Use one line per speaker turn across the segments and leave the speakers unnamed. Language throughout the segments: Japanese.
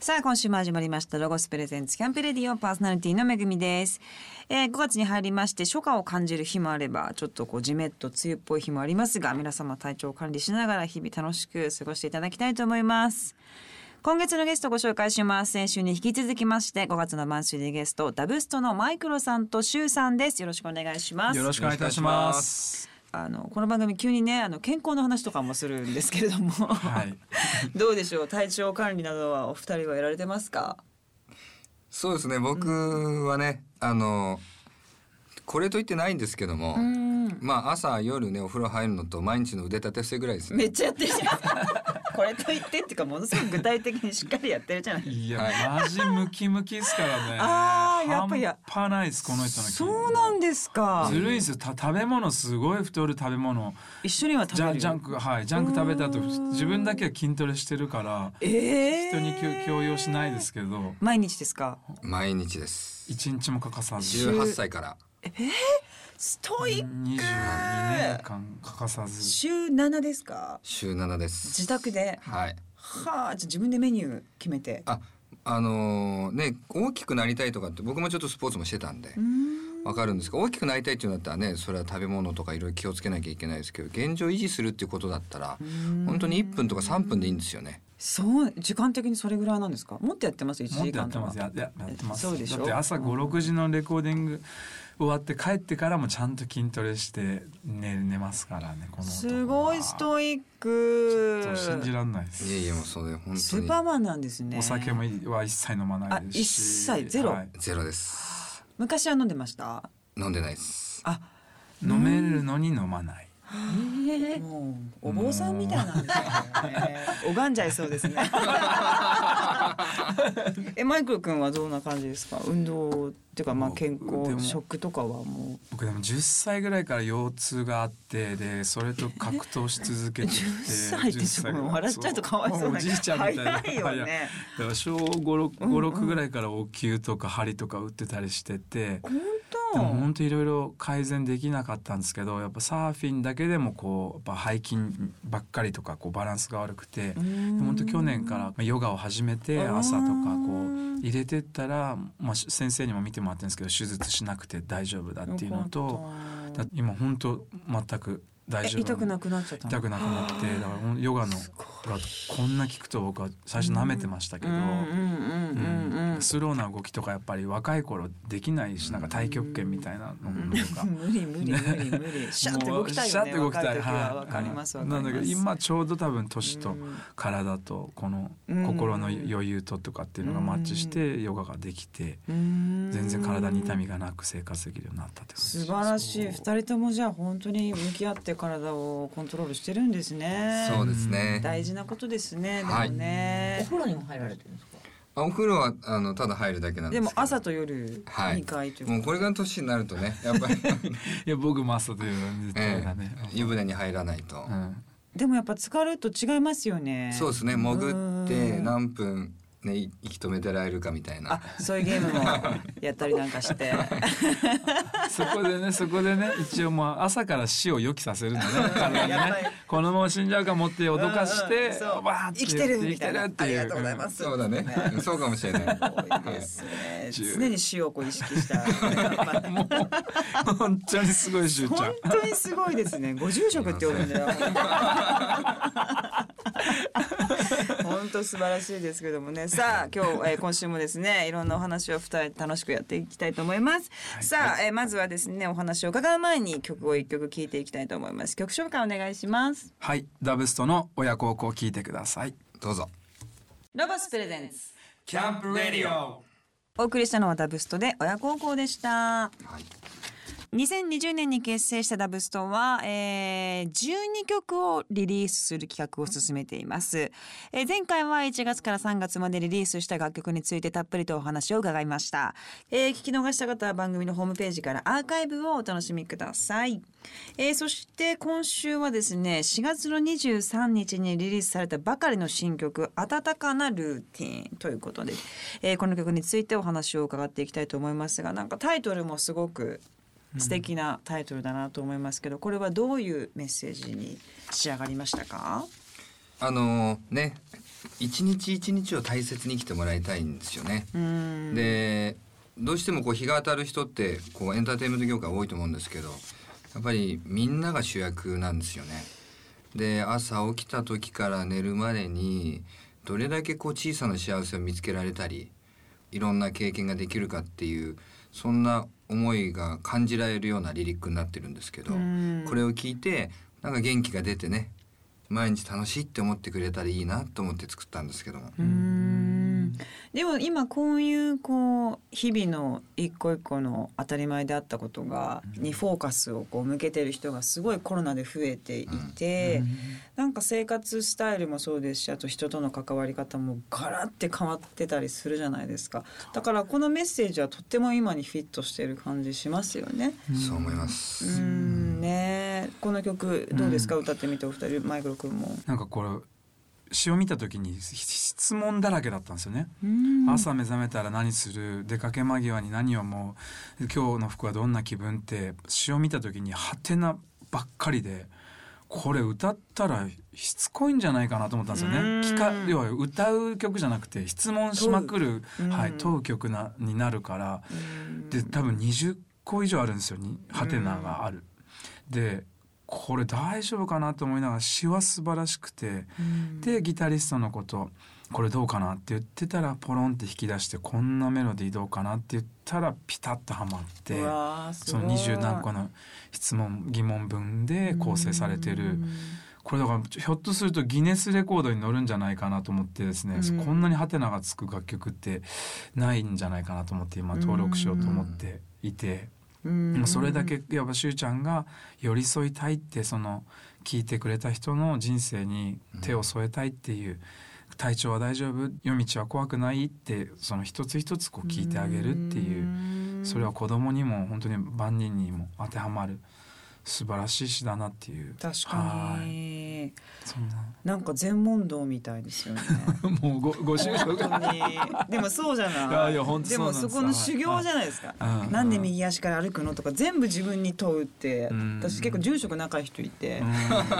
さあ、今週も始まりました、ロゴスプレゼンツキャンプレディオパーソナリティのめぐみです。えー、5月に入りまして、初夏を感じる日もあれば、ちょっとこう、じめっと梅雨っぽい日もありますが、皆様体調を管理しながら日々楽しく過ごしていただきたいと思います。今月のゲストをご紹介します。先週に引き続きまして、5月のマンスリーゲスト、ダブストのマイクロさんとシュウさんです。よろしくお願いします。
よろしくお願いいたします。
あの、この番組急にね、あの、健康の話とかもするんですけれども、
はい。
どうでしょう体調管理などはお二人はやられてますか
そうですね僕はね、あのこれと言ってないんですけども、まあ朝夜ねお風呂入るのと毎日の腕立て伏せぐらいです
め
ね
っちゃやってるじゃん これと言ってっていうかものすごく具体的にしっかりやってるじゃない
いや、マジムキムキですからね。
あーやっぱりや
半端ないです、この人の筋肉
そうなんですか
ずるいですよ、た食べ物すごい太る食べ物。
一緒には食
ジ
べ
ャン
る
ジャンク、はい、ジャンク食べた後、自分だけは筋トレしてるから。
ええ
人に強強要しないですけど、
毎日ですか
毎日です
一日も欠かさず。
18歳から
ストイ
二十二年間欠かさず。
週7ですか
週7です
自宅で
はい
はあじゃあ自分でメニュー決めて
ああのね大きくなりたいとかって僕もちょっとスポーツもしてたんでわかるんですが大きくなりたいっていうんだったらねそれは食べ物とかいろいろ気をつけなきゃいけないですけど現状維持するっていうことだったら本当に1分とか3分でいいんですよね
そう時間的にそれぐらいなんですかもっとやってます1
もっ
時
と
間
やって
とか
ますやややってます
そうでしょ
だって朝56時のレコーディング終わって帰ってからもちゃんと筋トレして寝寝ますからねこの男は
すごいストイッ
ちょ
ク
っと信じらんないです
いえいえもうそれ本
ス
当
ー
に
パーマンなんですね
お酒もいは一切飲まないですし
あ一切ゼロ
はい
ゼロです
昔は飲んでました
飲んでないです
あ
飲めるのに飲まない
もうお坊さんみたいなんですよね。拝んじゃいそうです ね。えマイクロ君はどんな感じですか。運動っていうかまあ
もう
健
でも
康食とかはも
僕でも10歳ぐらいから腰痛があってでそれと格闘し続け てきて
10歳って
10歳ぐらい
もう笑っちゃうとかわいそうな
もおじいちゃんみたいな
早いよね
やだから小56ぐらいからお灸とか針とか打ってたりしてて
う本
でも本当いろいろ改善できなかったんですけどやっぱサーフィンだけでもこうやっぱ背筋ばっかりとかこうバランスが悪くて
当。うん
本当去年からまあヨガを始めて
うん
朝とかこう入れてったら、まあ、し先生にも見てもらってるんですけど手術しなくて大丈夫だっていうのと
よか
だ
っ
今本当全く大
た
丈
え
夫
痛くなくなっちゃったの。
痛くなくなってだからもうヨガのがこんな効くと僕は最初舐めてましたけ
う
ど。
んうんうんうんうん。
スローな動きとかやっぱり若い頃できないしなんか太極拳みたいなのもとか。
無理無理無理無 理。シャって動きたい
シャ
よ
ッ
ね。
て動きたい
若時は
はい
わかりますわかり
な
ます。
んだけど今ちょうど多分年
う
と
ん
体とこの
うん
心の余裕ととかっていうのがマッチしてヨガができて
うん
全然体に痛みがなく生活できるようになったって感じ
素晴らしい
そう
二人ともじゃあ本当に向き合って体をコントロールしてるんですね
そうですね
大事なことですねでも
はい
お
ね、
風呂にも入られてるんですか。
あお風呂はあのただ入るだけなんで
です
けど
も朝と夜
はい
二回ということ
もうこれが年になるとねやっぱり、
いや僕マスターというのは絶
え
対だね
え、 湯船に入らないと、
うん
でもやっぱ疲れると違いますよね
そうですね潜っ
う
て
ん
何分ねい息止めてられるかみたい
あ
な
そういうゲームも やったりなんかして
そこでねそこでね一応もう朝から死を予期させるんだね体に
やば
ね
い
このまま死んじゃうかもって脅かし
うんうん
て
そう
わーって
生きてるみたいな
生きてるっていう
ありがとうござい ます
そうだねそうかもしれない
多いです ね
十
常に死をこう意識した
もう 本当にすごいしゅうちゃん
本当にすごいですね。ご住職って呼ぶんだよ。 本当素晴らしいですけどもね。さあ今日、えー今週もですね、いろんなお話を二人楽しくやっていきたいと思います。さあ、えーまずはですね、お話を伺う前に曲を一曲聞いていきたいと思います。曲紹介お願いします。
はいダブストの親孝行聞いてください
どうぞ
ロボスプレゼンツ。
キャンプレディオ
お送りしたのはダブストで親孝行でした。
はい
2020年に結成したダブストンは、えー、12曲をリリースする企画を進めています、えー前回は1月から3月までリリースした楽曲についてたっぷりとお話を伺いました、えー聞き逃した方は番組のホームページからアーカイブをお楽しみください、えーそして今週はですね4月の23日にリリースされたばかりの新曲「温かなルーティン」ということで、えーこの曲についてお話を伺っていきたいと思いますがなんかタイトルもすごく素敵なタイトルだなと思いますけど、これはどういうメッセージに仕上がりましたか？
あのね一日一日を大切に生きてもらいたいんですよね。
うん
でどうしてもこう日が当たる人ってこうエンターテインメント業界多いと思うんですけどやっぱりみんなが主役なんですよね。で朝起きた時から寝るまでにどれだけこう小さな幸せを見つけられたりいろんな経験ができるかっていうそんな思いが感じられるようなリリックになってるんですけど
うん
これを聞いてなんか元気が出てね毎日楽しいって思ってくれたらいいなと思って作ったんですけども。
うんでも今こういうこう日々の一個一個の当たり前であったことがにフォーカスをこう向けてる人がすごいコロナで増えていて、なんか生活スタイルもそうですしあと人との関わり方もガラッて変わってたりするじゃないですかだからこのメッセージはとっても今にフィットしてる感じしますよね。
そう思いま
う
す。
んねこの曲どうですか、歌ってみてお二人マイクロ君も。
なんかこれ詩を見た時にひ質問だらけだったんですよね。
うん
朝目覚めたら何する出かけ間際に何をもう今日の服はどんな気分って詩を見た時にハテナばっかりでこれ歌ったらしつこいんじゃないかなと思ったんですよね。
うん
聞か要は歌う曲じゃなくて質問しまくる、
問う
はい
うん
問う曲なになるから
うん
で多分20個以上あるんですよにハテナがある。でこれ大丈夫かなと思いながら詩は素晴らしくて。でギタリストのことこれどうかなって言ってたらポロンって引き出してこんなメロディーどうかなって言ったらピタッとはまって
うわーす
その
ごい
二十何個の質問疑問文で構成されてるこれだからひょっとするとギネスレコードに乗るんじゃないかなと思ってですね
うん
こんなにハテナがつく楽曲ってないんじゃないかなと思って今登録しようと思っていて。
うん
でもそれだけやっぱしゅうちゃんが寄り添いたいってその聞いてくれた人の人生に手を添えたいっていう、体調は大丈夫夜道は怖くないってその一つ一つこう聞いてあげるっていうう、
ん
それは子供にも本当に万人にも当てはまる素晴らしい詩だなっていう
確か
はい
に
そんな
なんか全問答みたいです よね
もうごご就職が
本当にでもそうじゃない
いやいや本当
で
そうな
も
んです
そこの修行じゃないですか、
はいうん
なんで右足から歩くのとか全部自分に問うって、
うん
私結構住職仲いい人いて、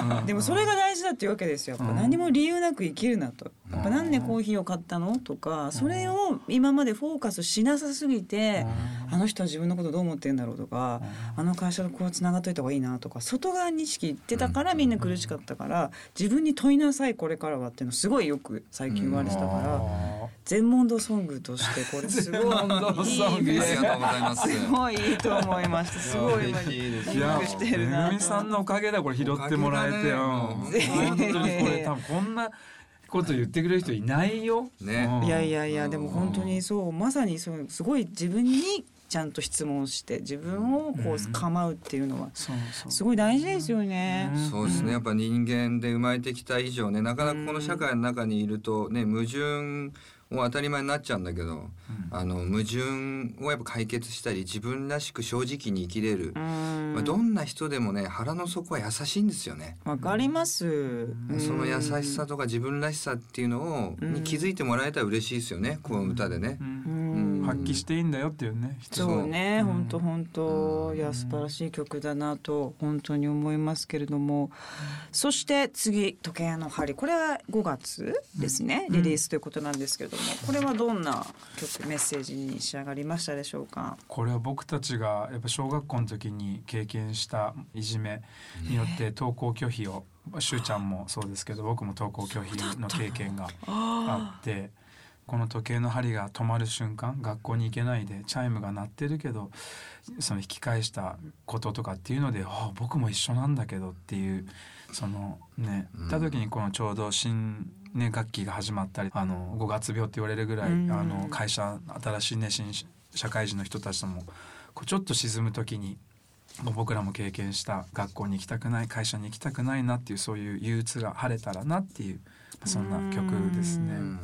うんうん
でもそれが大事だっていうわけですよ。やっぱ
うん
何も理由なく生きるなと。
うん
やっぱなんでコーヒーを買ったのとか、それを今までフォーカスしなさすぎて、あの人は自分のことどう思ってんだろうとか、あの会社とこうつながっといた方がいいなとか、外側に意識いってたからみんな苦しかったから、自分に問いなさいこれからはっていうのすごいよく最近言われてたから、全問答ソングとしてこれすごいいい
全問答ソング
あり
メッ
が
セージす
とうございます。
ごいいいと思いました。すごい今
いや嬉しいです
いや、
リンクしてるなと
めぐみさんのおかげだこれ拾ってもらえて、
お
うん、
か
げだね
本当にこれ多分こんなこと言ってくれる人いないよ。
ね
うん
いやいやいや
うん
でも本当にそうまさにそうすごい自分にちゃんと質問して自分をこ
うん
う構うっていうのは
そうそう。
すごい大事ですよね。
うん
そうですね。やっぱ人間で生まれてきた以上ね、なかなかこの社会の中にいるとね、矛盾を当たり前になっちゃうんだけど、あの矛盾をやっぱ解決したり、自分らしく正直に生きれる。
うん
まあどんな人でもね、腹の底は優しいんですよね。
わかります。うん
その優しさとか自分らしさっていうのを
うん
に気づいてもらえたら嬉しいですよね。この歌でね
う。
うんん
発揮していいんだよっていうね。人
そうね、
うん
本当本当いや素晴らしい曲だなと本当に思いますけれども、そして次時計の針これは5月ですね、
うん
リリースということなんですけれども、これはどんな曲メッセージに仕上がりましたでしょうか。
これは僕たちがやっぱ小学校の時に経験したいじめによって登校拒否をしゅうちゃんもそうですけど僕も登校拒否の経験があってこの時計の針が止まる瞬間学校に行けないでチャイムが鳴ってるけどその引き返したこととかっていうので「ああ僕も一緒なんだけど」っていうそのね
うん
行った時にこのちょうど新、ね、学期が始まったりあの5月病って言われるぐらい、
うん
あの会社新しいね新社会人の人たちともこうちょっと沈む時に。もう僕らも経験した学校に行きたくない会社に行きたくないなっていうそういう憂鬱が晴れたらなっていうそんな曲ですね。
うん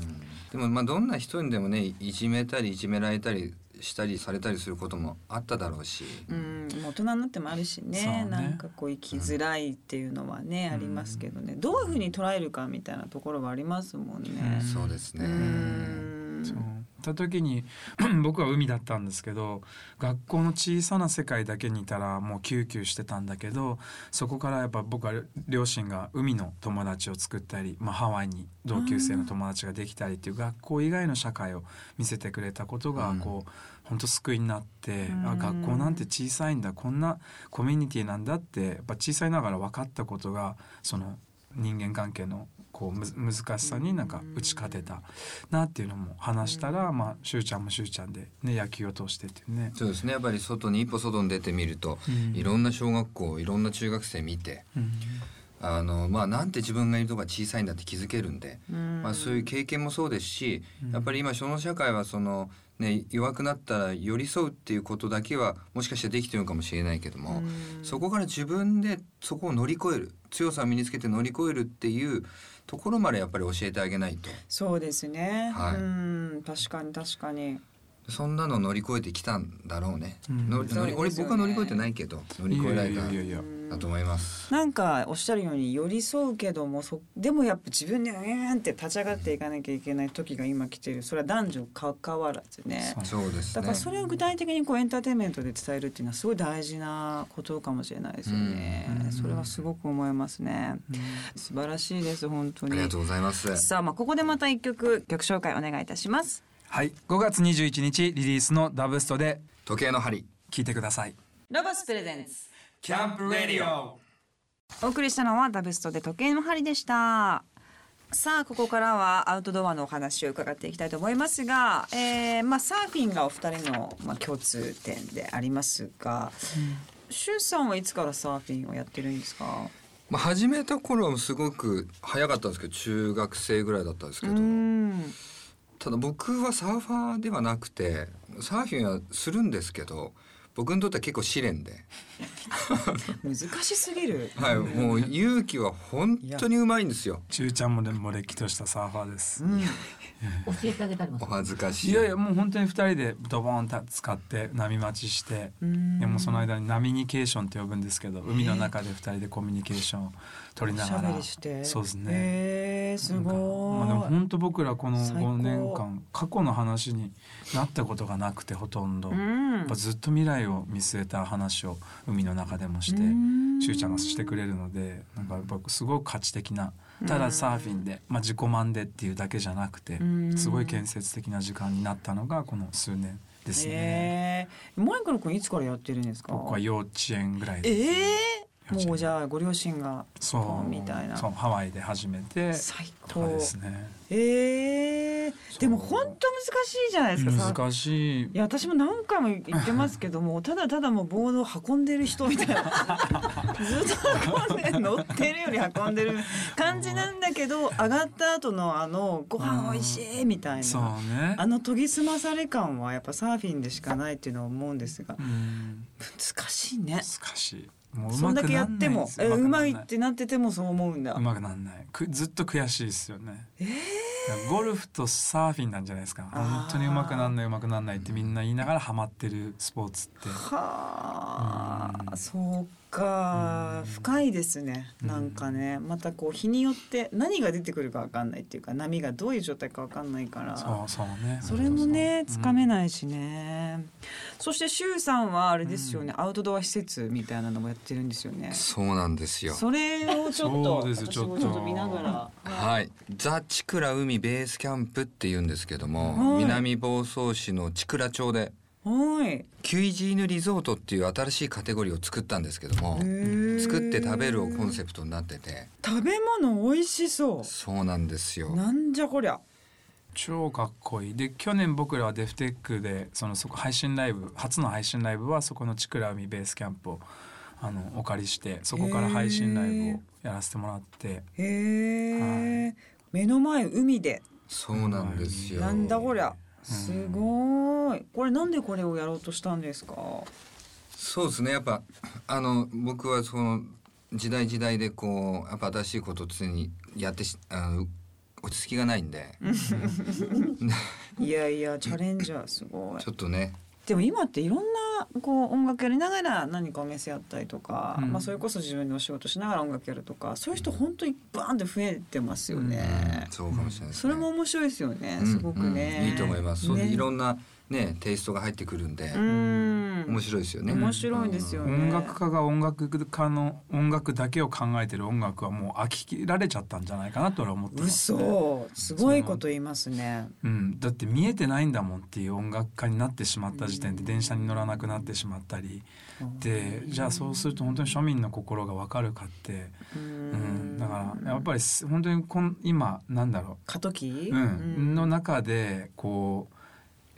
でもまあどんな人にでもねいじめたりいじめられたりしたりされたりすることもあっただろうし、
うん、もう大人になってもあるしね
そうね
なんかこう生きづらいっていうのはね、
うん
ありますけどねどういうふうに捉えるかみたいなところはありますもんね。
うん
そうですね、
うん
そうた時に 僕は海だったんですけど学校の小さな世界だけにいたらもうキューキューしてたんだけどそこからやっぱ僕は両親が海の友達を作ったり、まあ、ハワイに同級生の友達ができたりっていう学校以外の社会を見せてくれたことが
うん
こう本当救いになって
う
あ
ん
学校なんて小さいんだこんなコミュニティなんだってやっぱ小さいながら分かったことがその人間関係のこうむず難しさになんか打ち勝てたなっていうのも話したら、まあしゅうちゃんもしゅうちゃんでね野球を通してっていうね。
そうですねやっぱり外に一歩外に出てみると、
うん
いろんな小学校いろんな中学生見て
うん
あの、まあ、なんて自分がいるとこが小さいんだって気づけるんで、まあ、そういう経験もそうですし
うん
やっぱり今その社会はその、ね、弱くなったら寄り添うっていうことだけはもしかしてできてるのかもしれないけども、そこから自分でそこを乗り越える強さを身につけて乗り越えるっていうところまでやっぱり教えてあげないと
そうですね、
はい
うん確かに確かに
そんなの乗り越えてきたんだろうね。
うん
の乗り
そう
俺
ですよね
僕は乗り越えてないけど乗り越えられた
いやいやいやいや
だと思います。
なんかおっしゃるように寄り添うけどもそでもやっぱ自分でうーんって立ち上がっていかなきゃいけない時が今来てるそれは男女関わらずね
そう
そうです
だ
ね
から。それを具体的にこうエンターテインメントで伝えるっていうのはすごい大事なことかもしれないですよね
うん
それはすごく思いますね
うん
素晴らしいです本当
あり
に
がとうございます。
さあまあここでまた一曲曲紹介お願いいたします
はい5月21日リリースのダブストで
時計の針。
聞いてください。
ロボスプレゼンツ
キャンプレディオ
お送りしたのはダブストで時計の針でしたさあここからはアウトドアのお話を伺っていきたいと思いますが、えーまあ、サーフィンがお二人の、まあ、共通点でありますが、シュウさんはいつからサーフィンをやってるんですか
まあ始めた頃はすごく早かったんですけど、中学生ぐらいだったんですけど、
うん
ただ僕はサーファーではなくて、サーフィンはするんですけど、僕にとっては結構試練で、
難しすぎる
はい、もう勇気は本当にうまいんですよ。
ちゅうちゃんもでもれっきとしたサーファーです。
教えてあげたりもす
お
る
恥ずかしい。
いやいやもう本当に2人でドボーンと使って波待ちして
ん
でもその間に波ニケーションって呼ぶんですけど海の中で2人でコミュニケーションを取り
お
な
しゃ
が
べ
ら
りして
そうですね。
へーすごい、
まあでも本当僕らこの
最高
5年間過去の話になったことがなくてほとんど、や
うん
っぱずっと未来を見据えた話を海の中でもして、
うん
しゅうちゃんがしてくれるのでなんかやっぱすごい価値的なただサーフィンで、まあ、自己満でっていうだけじゃなくて
ん
すごい建設的な時間になったのがこの数年ですね。
へーマイクロ君いつからやってるんですか
僕は幼稚園ぐらいですね
ええ
幼稚園
もうじゃあご両親が
そう
みたいな
そうハワイで始めて
最
とか
高
ですね
ええ
そう
でも本当難しいじゃないですかさ
難しい
いや私も何回も言ってますけど もただただもうボードを運んでる人みたいな ずっと運んで乗ってるより運んでる感じなんだけど上がった後のあのご飯美味しいみたい
そう
な
ね
あの研ぎ澄まされ感はやっぱサーフィンでしかないっていうのは思うんですが
うん
難しいね
難しいもう
そんだけやってもえうまい
て
ってなっててもそう思うんだ
うまくなんないくずっと悔しいですよね、ゴルフとサーフィンなんじゃないですか
あー
本当にうまくなんないうまくなんないってみんな言いながらハマってるスポーツって
は
う
あ、
ん
そうか、
うん
深いですね。なんかね、またこう日によって何が出てくるかわかんないっていうか、波がどういう状態かわかんないから。
そうそうね
それもね、つかめ
い、
ないしね。そして、しゅうさんはあれですよね、アウトドア施設みたいなのもやってるんですよね。
そうなんですよ。
それをちょっと、
そうです
私
ちょっと
もちょっと見ながら。
はい、ザ・チクラ海ベースキャンプって言うんですけども、
はい
南房総市のチクラ町で
はい。へ
キュイジーヌリゾートっていう新しいカテゴリーを作ったんですけども
え
作って食べるをコンセプトになってて
食べ物美味しそ
そうなんです
う。
よ
なんじゃこりゃ。
超かっこいいで去年僕らはデフテックでそのそこ配信ライブ初の配信ライブはそこのチクラ海ベースキャンプをあのお借りしてそこから配信ライブをやらせてもらって
へえ、
は
目の前海で。
そうなんですよ
なんだこりゃ。
うん
すごい。これなんでこれをやろうとしたんですか。
そうですねやっぱあの僕はその時代時代でこうやっぱ新しいことを常にやってしあの落ち着きがないんで
いやいや、チャレンジャーすごい
ち。ょっとね
でも今っていろんなこう音楽やりながら何かお店やったりとか、
うん
まあそれこそ自分のお仕事しながら音楽やるとかそういう人本当にバーンって増えてますよね。
そうかもしれないですね。
それも面白いですよね。
うん
すごくね、
うんいいと思います。そう
ね
いろんなねテイストが入ってくるんで
う、ん
面白いですよね。
面白いですよね。
音楽家が音楽家の音楽だけを考えてる音楽はもう飽き切られちゃったんじゃないかなと俺は思ってます、
嘘すごいこと言いますね。
うん、だって見えてないんだもんっていう音楽家になってしまった時点で電車に乗らなくなってしまったりでじゃあそうすると本当に庶民の心が分かるかって、
う
うん、だからやっぱりす本当にこん今なんだろう
過渡期、
うん、の中でこう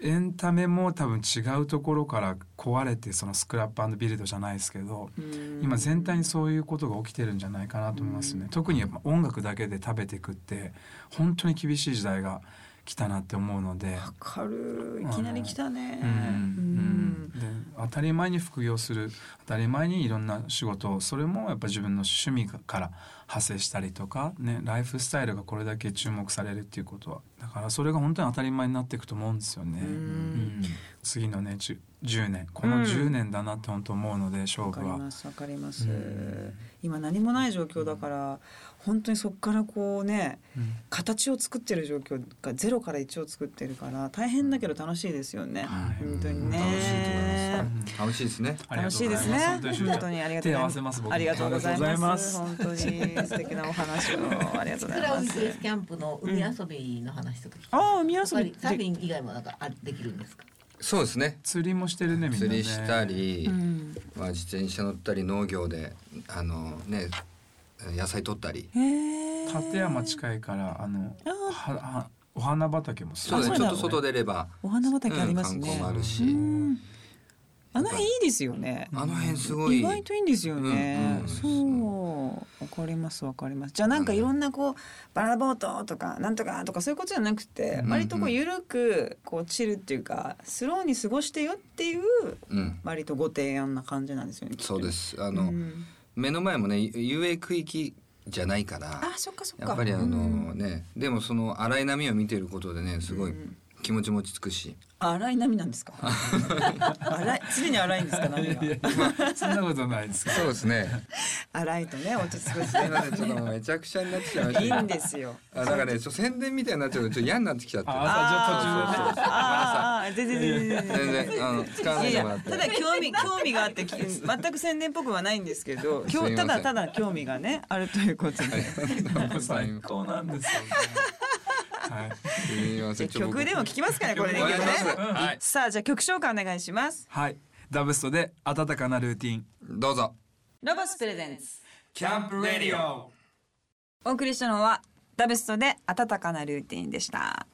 エンタメも多分違うところから壊れてそのスクラップビルドじゃないですけど
うん
今全体にそういうことが起きてるんじゃないかなと思いますね特にやっぱ音楽だけで食べていくって本当に厳しい時代が来たなって思うので。
わかるいきなり来たね。
うんうん、で当たり前に副業する当たり前にいろんな仕事をそれもやっぱ自分の趣味から派生したりとか、ね、ライフスタイルがこれだけ注目されるっていうことはだからそれが本当に当たり前になっていくと思うんですよね。
うん
うん次のね 10, 10年この
うん
10年だなって本当思うので勝
わ
負
かり
は。
ますわかります、
うん
今何もない状況だから本当にそこからこうね
うん
形を作ってる状況がゼロから1を作ってるから大変だけど楽しいですよね、
はい
本当にね
楽しいと思います。楽しいですね。
ありが
楽
と
し
う
い
ご
ですね
ざいます本当にしゅうちゃ
本
ん
当にありがとう
手
ご
合
ざい
わ
ます
せます僕も
ありがとうございます
あり
本当に素敵なお話をありがとうござい
桜
ま
海
す
ベースキャンプの海遊びの話とか聞きたい。
ああ海遊び
やっぱりサーフィン以外もなんかあできるんですか。
そうですね。
釣りもしてるねみんなね。
釣りしたり
う、ん
まあ自転車乗ったり農業であのね野菜取ったり。
へえ
立山近いからあの
あー
ははお花畑もす
そ
ご
う
い
ですね。
あ
ち
そうなの
ょっと外出れば、
お花畑あります
うん
ね、
観光もあるし、
うんあの辺いいですよね
あの辺すごい
意外といいんですよね。
うんうん
そう、わかります、わかります。じゃあ、なんかいろんなこう、バラボートとか、なんとかとか、そういうことじゃなくて
う、ん
割とこうゆるく、こうチルっていうか。スローに過ごしてよっていう、
うん、
割とご提案な感じなんですよね。きっと
そうで。す。あの、
うん
目の前もね遊泳区域じゃないから。
あ、そっか、そっか。
やっぱりあ
うん
のね、でもその荒い波を見ていることでねすごい気持ちも落ち着くし、
荒い波なん ですか。荒い、常に荒いんですか、波が。
そんなことないですけど
そうですね
荒いとね、落ち着くし
す。いませんちょっともうめちゃくちゃになってきちゃいました
い
ね
いんですよ。
あだからねちょっと宣伝みたいになっちゃうとちょっと嫌になってきちゃって
あ
あ
じゃあ途中でね
あーあー、あー全然、全然、全然。
全然あの使わないいで
や
もら
い
っ
や
て
ただ興味興味があってき全く宣伝っぽくはないん ですけど
すいま
今
せ
日た
ん
だただ興味がねあるということで。
最高なんですよ、ね。はい。
すみませんちょっと僕
曲でも聴きますかねこれで、
お願いしま
ね
す、はい
さあじゃあ曲紹介お願いします
はい。ダブストで温かなルーティン。
どうぞ
ロボスプレゼンツ
キャンプレディオ。
お送りしたのはダベストで温かなルーティンでした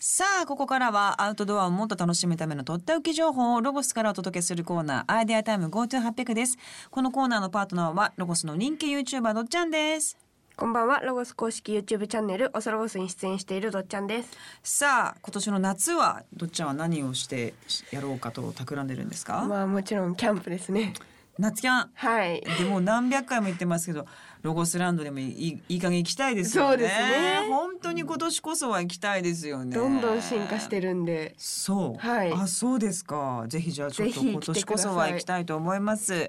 さあここからはアウトドアをもっと楽しむためのとっておき情報をロゴスからお届けするコーナーアイデアタイム GoTo800 ですこのコーナーのパートナーはロゴスの人気 YouTuber どっちゃんです
こんばんは、ロゴス公式 YouTube チャンネル、おそロゴスに出演しているどっちゃんです。
さあ今年の夏はどっちゃんは何をしてやろうかと企んでるんですか、
まあもちろんキャンプです ね。
夏キャン
はい。
でもう何百回も言ってますけどロゴスランドでもいいいい加減行きたいですよね
そうですね
本当に今年こそは行きたいですよね
どんどん進化してるんで。
そう、
はい
あそうですかぜひじゃあちょっと
ぜひ
今
来て
年
ください
こそは行きたいと思います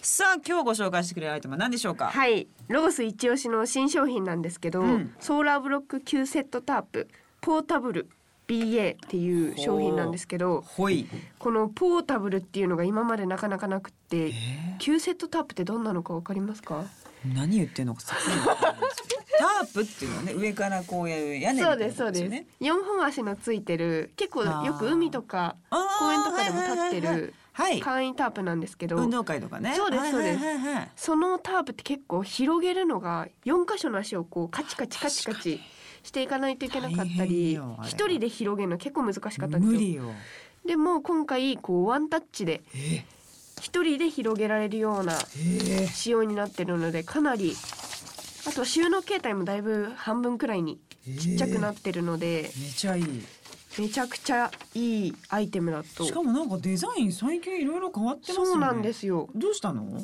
さあ今日ご紹介してくれるアイテムは何でしょうか、
はい。ロゴス一押しの新商品なんですけど、
うん
ソーラーブロック9セットタープ、ポータブル BA っていう商品なんですけど、
ほい
このポータブルっていうのが今までなかなかなくって、9セットタープってどんなのかわかりますか
何言ってんのかさっぱりわかんないです けどタープっていうのはね上からこうやる屋根みた
そう
いな
で
こ
すそ
と
うです
よね
4本足のついてる結構よく海とか
あー
公園とかでも立って
はいはいはい
る
はい
簡易タープなんですけど、
運動会とかね
そうですそうです
はいはいはいはい
そのタープって結構広げるのが4箇所の足をこうカチカチカチカチしていかないといけなかった
大変
り
よあれは
一人で広げるの結構難しかったんです
無
よ
理よ
でも今回こうワンタッチで一人で広げられるような仕様になってるのでかなりあと収納形態もだいぶ半分くらいにちっちゃくなってるので、
めちゃいい
めちゃくちゃいいアイテムだと
しかもなんかデザイン最近いろいろ変わってますよね
そうなんですよ
どうしたの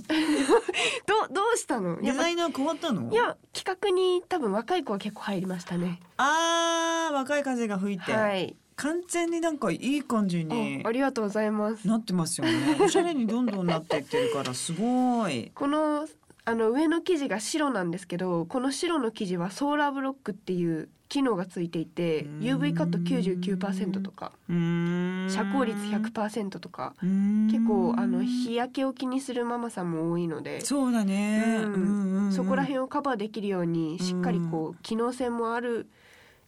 どどうしたの
デ
やっぱ
ザ
い
イナー変わったの
や企画に多分若い子は結構入りましたね
あー若い風が吹いて、
はい
完全になんかいい感じに
あありがとうございます。
なってますよ ねおしゃれにどんどんなっていってるからすごい
このあの上の生地が白なんですけどこの白の生地はソーラーブロックっていう機能がついていて
うーん
UV カット99%とか
うーん
遮光率100%とか
うーん
結構あの日焼けを気にするママさんも多いので
そうだね、
うんそこら辺をカバーできるようにしっかりこう機能性もある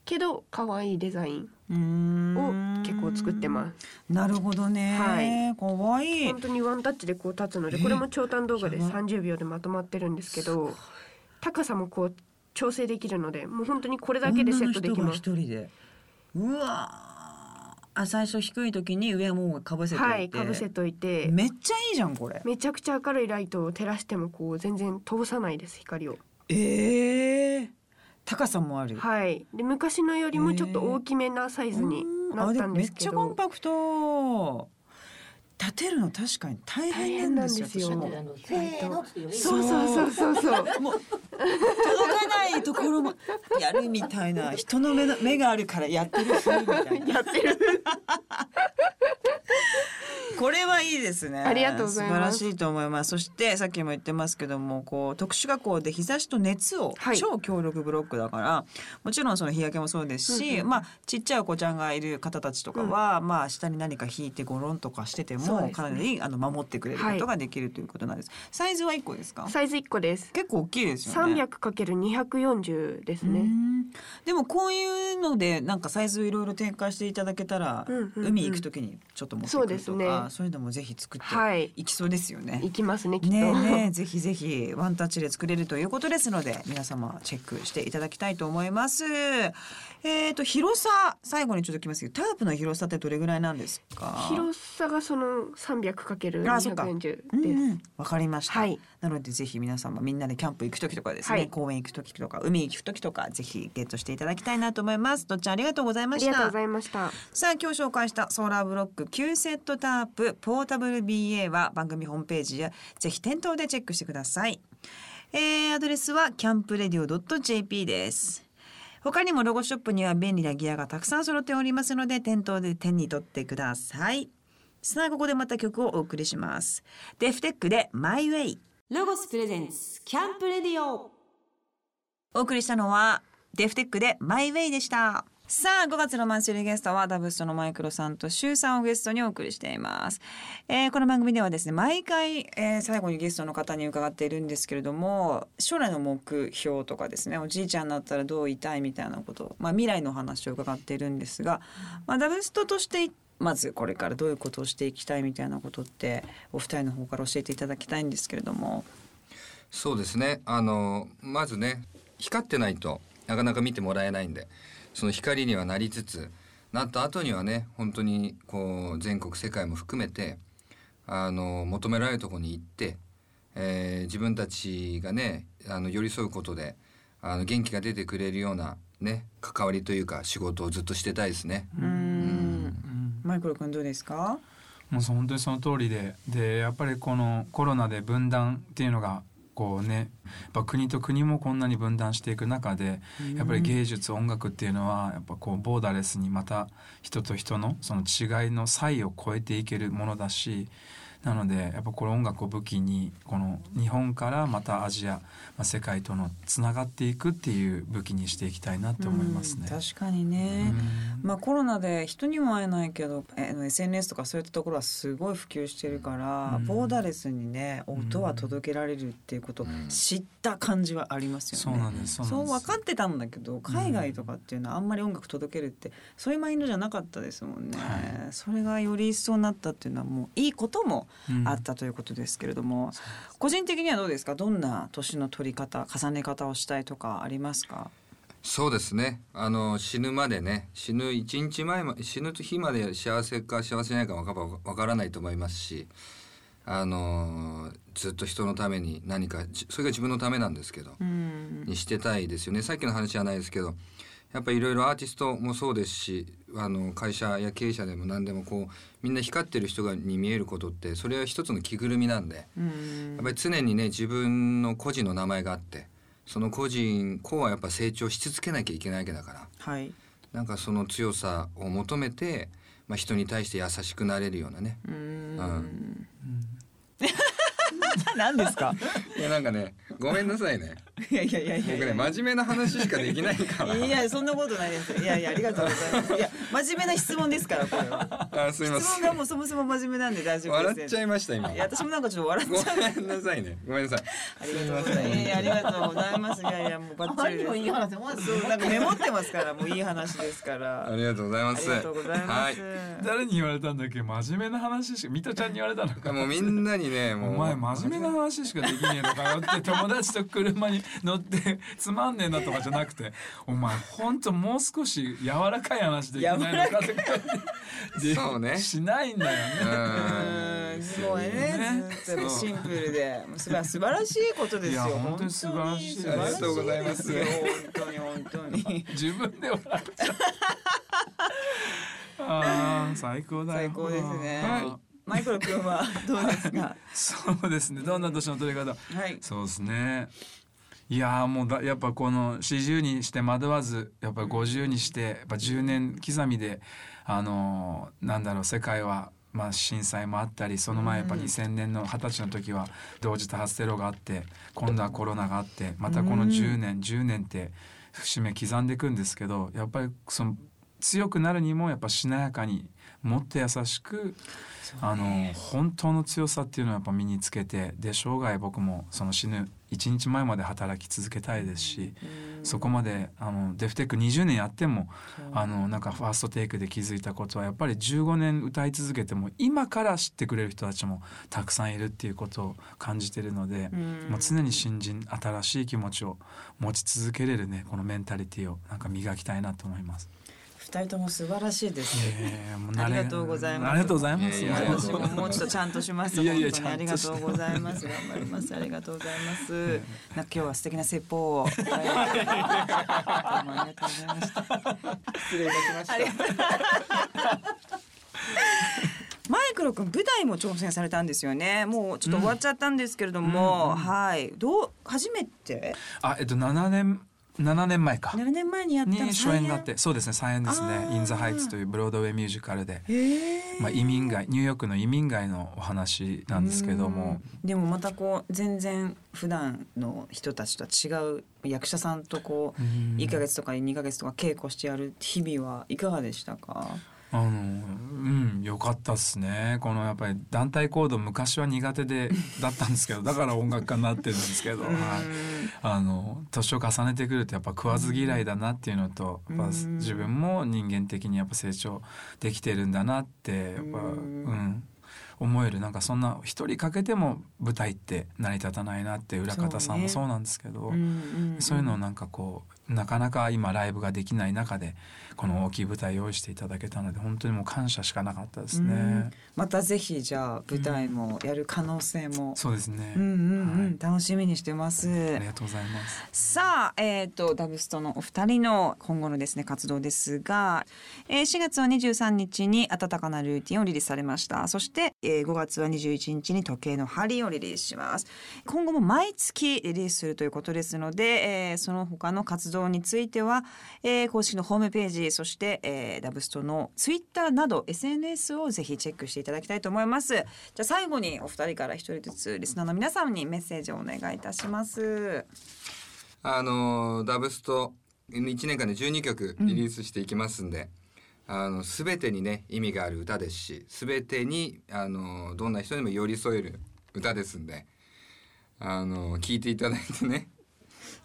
けど可愛いデザインを結構作ってます
なるほどね、、
はい
かわい
す
い
本当にワンタッチでこう立つので
え
これも長短動画で
やば
30秒でまとまってるんですけど高さもこう調整できるのでもう本当にこれだけでセットでき
女の
ます
人が一人でうわーあ最初低い時に上はもうかぶせておいて、
はいかぶせといて
めっちゃいいじゃんこれ
めちゃくちゃ明るいライトを照らしてもこう全然通さないです光を
ええー、高さもある
はいで昔のよりもちょっと大きめなサイズになったんです
うん
け
あもめっちゃコン
ど
パクト立てるの確かに大変なんですよ私
大変な
も
ん
だ
で
っ
す
て
よ
あのせーのって言えばいい
そうそうそうそうそう
もう届かないところもやるみたいな人の目の目があるからやってるふうみたいな
やってる
これはいいですね
ありがとうございます
素晴らしいと思いますそしてさっきも言ってますけどもこう特殊加工で日差しと熱を、
はい
超強力ブロックだからもちろんその日焼けもそうですし、
うんうん
まあちっちゃいお子ちゃんがいる方たちとかは、まあ下に何か引いてゴロンとかしてて
そう
も、
ですね
かなりあの守ってくれることができるということなんです、サイズは一個ですか
サイズ1個です
結構大きいですよね
300×240 です
う
ね
んでもこういうのでなんかサイズをいろいろ展開していただけたら、
うんうんうん
海行くときにちょっと持ってくるとかそ,、
そううですね
いうのもぜひ作っ
はい
ていきそうですよね。
いきますねきっと
ねえねえぜひぜひワンタッチで作れるということですので皆様チェックしていただきたいと思います。えっ、と広さ最後にちょっときますけどタープの広さってどれぐらいなんですか？
広さがその 300×240
あそっか
です
うんうん、わかりました、
はい
なのでぜひ皆様みんなでキャンプ行く時とかですね、
はい
公園行く時とか海行く時とかぜひゲットしていただきたいなと思いますどっちゃんありがとうござい
あ
ま
り
し
がとうご
た
ざいました
さあ今日紹介したソーラーブロック9セットタープポータブル BA は番組ホームページやぜひ店頭でチェックしてください、えーアドレスはキャンプレディオ .jp です他にもロゴショップには便利なギアがたくさん揃っておりますので店頭で手に取ってくださいさあここでまた曲をお送りしますデフテックでマイウェイ
ロゴスプレゼンツキャンプレディオ
お送りしたのはデフテックでマイウェイでしたさあ5月のマンスリーゲストはダブストのマイクロさんとシュウさんをゲストにお送りしています、えーこの番組ではですね毎回、えー最後にゲストの方に伺っているんですけれども将来の目標とかですねおじいちゃんになったらどういたいみたいなこと、まあ、未来のお話を伺っているんですが、まあ、ダブストとしてまずこれからどういうことをしていきたいみたいなことってお二人の方から教えていただきたいんですけれども
そうですね。あのまずね光ってないとなかなか見てもらえないんで、その光にはなりつつ、なった後にはね本当にこう全国世界も含めてあの求められるところに行って、えー自分たちがねあの寄り添うことであの元気が出てくれるようなね関わりというか仕事をずっとしてたいですね。
うーん
うん
マイクロ君どうですか
もうそう本当にその通りででやっぱりこのコロナで分断っていうのがこうねやっぱ国と国もこんなに分断していく中でやっぱり芸術音楽っていうのはやっぱこうボーダーレスにまた人と人のその違いの差異を超えていけるものだしなのでやっぱこの音楽を武器にこの日本からまたアジア、まあ、世界とのつながっていくっていう武器にしていきたいなって思いますね
うん。確かにね、
うん
まあコロナで人にも会えないけど、えーあの SNS とかそういったところはすごい普及してるから、
うん
ボーダーレスにね音は届けられるっていうことを知った感じはありますよね。
そうなんですそうなん
そう
です
分かってたんだけど海外とかっていうのはあんまり音楽届けるってそういうマインドじゃなかったですもんね、
は
それがより一層になったっていうのはもういいことも
うん
あったということですけれども、個人的にはどうですかどんな年の取り方重ね方をしたいとかありますか
そうですね。あの死ぬまでね、死ぬ一日前ま死ぬ日まで幸せか幸せじゃないかわかばわからないと思いますし、あのずっと人のために何かじそれが自分のためなんですけど、
うん
にしてたいですよね。さっきの話じゃないですけど、やっぱりいろいろアーティストもそうですし、あの会社や経営者でも何でもこうみんな光ってる人がに見えることってそれは一つの着ぐるみなんで。
うん
やっぱり常にね自分の個人の名前があってその個人個はやっぱ成長し続けなきゃいけないわけだから
はい
なんかその強さを求めて、まあ、人に対して優しくなれるようなね。
うーん
ん。
何ですか。
いやなんかねごめんなさいね
いやいやいやいや。
僕ね真面目な話しかできないから
いやそんなことないです。いやいやありがとうございます。い や真面目な質問ですからこれは。
あすいま
質
せ
問が
ん
もうそもそも真面目なんで大丈夫
笑
で
っ
す。
ちゃいました今
いや私もなんかちょっと笑っちゃう。
ごめんなさいねごめんなさい
ありがとうございます。いやいやありがとうございます。いやいやもうバ
あ
ッ
ま
チ
り
リ
に
で
もいい
す。
話もう
そうなんかメモってますからもういい話ですから。
ありがとうござい
あ
ま
り
す
がとうございます。
は
誰に言われたんだっけ真面目な話しかミトちゃんに言われたのか
いもうみんなにねも
お
う
前真面目な話しかできねえのかよって友達と車に乗ってつまんねえなとかじゃなくてお前ほんともう少し柔らかい話できないのかとかで
そうね
しないんだよね。
うん
す ごいね
ね。
ずっとシンプルで、もうすば素晴らしいことですよ。
いや本当に素晴らしい
本当に
ありがとうございます
素晴らしいですよ本当に本当に。
自分で笑っちゃう。あー最高だ
最
よ
高ですね
は。
マイクロ君はどうですか。
いそうですねどんな年の取り方
はい。
そうですね。いやーもうだやっぱこの40にして惑わずやっぱ50にしてやっぱ10年刻みであのーなんだろう世界は。まあ、震災もあったりその前やっぱ2000年の二十歳の時は同時多発テロがあって今度はコロナがあってまたこの10年10年って節目刻んでいくんですけどやっぱりその強くなるにもやっぱしなやかにもっと優しくあの本当の強さっていうのをやっぱ身につけてで生涯僕もその死ぬ一日前まで働き続けたいですし、そこまであのデフテック20年やってもあのなんかファーストテイクで気づいたことはやっぱり15年歌い続けても今から知ってくれる人たちもたくさんいるっていうことを感じてるので、もう常に新人新しい気持ちを持ち続けれるねこのメンタリティをなんか磨きたいなと思います。
二人とも素晴らしいです。
えーもう慣
あり
れ
がとうございます
ありがとうございます。
いやいや
私ももうちょっとちゃんとします。
いやいや
本当にありがとうございます。頑張ります。ありがとうございます。なんか今日は素敵な説法を。はいどうもありがとうございました。
失礼いたしました
マイクロ君舞台も挑戦されたんですよね。もうちょっと終わっちゃったんですけれども、はい。どう初めて
あ、えっと7年7年前か
7年前にやった
に主演があっ。
再
て、そうですね、再演です
あ
ね。
ー
インザハイツというブロードウェイミュージカルで、
演へえ。
まあ移民街、ニューヨークの移民街のお話なんですけども、
うんでもまたこう全然普段の人たちとは違う役者さんとこう
うん
1ヶ月とか2ヶ月とか稽古してやる日々はいかがでしたか
あのうん良かったっすねこのやっぱり団体行動昔は苦手でだったんですけどだから音楽家になってるんですけど、はい、あの年を重ねてくるとやっぱ食わず嫌いだなっていうのとやっぱ
うん
自分も人間的にやっぱ成長できてるんだなってやっぱ
う
うんん思えるなんかそんな一人かけても舞台って成り立たないなって裏方さんも
そ
そう
ね
うなんですけど。
ん
そういうのをなんかこうなかなか今ライブができない中でこの大きい舞台用意していただけたので本当にもう感謝しかなかったですね。
うんまたぜひじゃあ舞台もやる可能性も、
そうですね、
うんうんうん
はい
楽しみにしてます。
ありがとうございます。
さあ、えー、とダブストのお二人の今後のですね活動ですが、えー4月は23日に「温かなルーティン」をリリースされましたそして、えー5月は21日に「時計の針」をリリースします今後も毎月リリースするということですので、えーその他の活動については、えー公式のホームページそして、えーダブストのツイッターなど SNS をぜひチェックしていただきたいと思いますじゃあ最後にお二人から一人ずつリスナーの皆さんにメッセージをお願いいたします。
あのダブスト1年間で12曲リリースしていきますんで、あの全てにね意味がある歌ですし全てにあのどんな人にも寄り添える歌ですんであの聴いていただいてね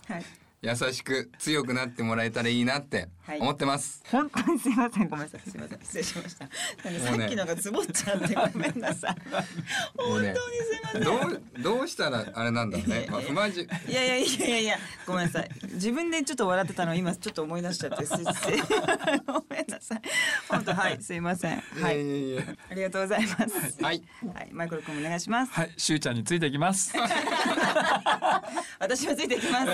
はい
優しく強くなってもらえたらいいなって
はい
思ってます。
本当にすいませんごめんなさいすいません失礼しましたなんかさっきのがつぼっちゃってごめんな さい
もうね
本当にすいません
どうどうしたらあれなんだろう ね。まあ不満じ
いやいやいやいやいやごめんなさい自分でちょっと笑ってたのを今ちょっと思い出しちゃってすい ごめんなさい本当はいすいませんはいい
やいやい
ありがとうございます
やはい。
はいマイクロ君お願いします
はい、しゅうちゃんについていきます。
私はついていきます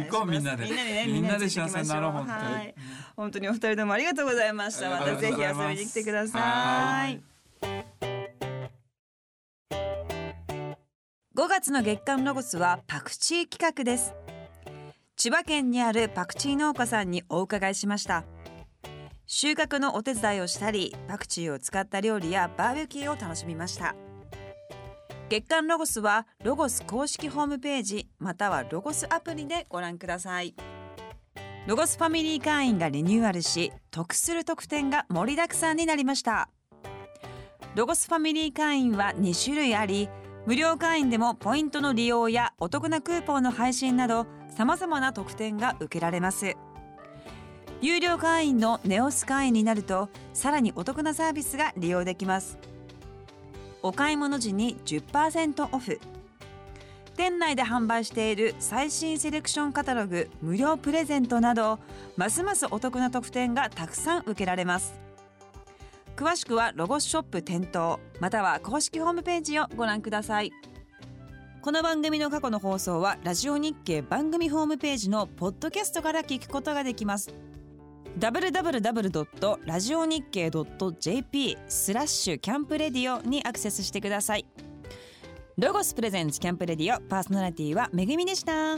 行こうみんなで
みんなでね
みんなで
ついていきましょ
幸せになろう本当に
はい本当にお二人ともありがとうございましたま
あ
た
りがと
ぜ
う
ひ
ございます
遊びに来てくださ
はい
5月の月間ロゴスはパクチー企画です千葉県にあるパクチー農家さんにお伺いしました収穫のお手伝いをしたりパクチーを使った料理やバーベキューを楽しみました月刊ロゴスはロゴス公式ホームページまたはロゴスアプリでご覧くださいロゴスファミリー会員がリニューアルし得する特典が盛りだくさんになりましたロゴスファミリー会員は2種類あり無料会員でもポイントの利用やお得なクーポンの配信など様々な特典が受けられます有料会員のネオス会員になるとさらにお得なサービスが利用できますお買い物時に10%オフ店内で販売している最新セレクションカタログ無料プレゼントなどますますお得な特典がたくさん受けられます詳しくはロゴスショップ店頭または公式ホームページをご覧くださいこの番組の過去の放送はラジオ日経番組ホームページのポッドキャストから聞くことができます www.radionickei.jp スラッシュキャンプレディオにアクセスしてくださいロゴスプレゼンツキャンプレディオパーソナリティはめぐみでした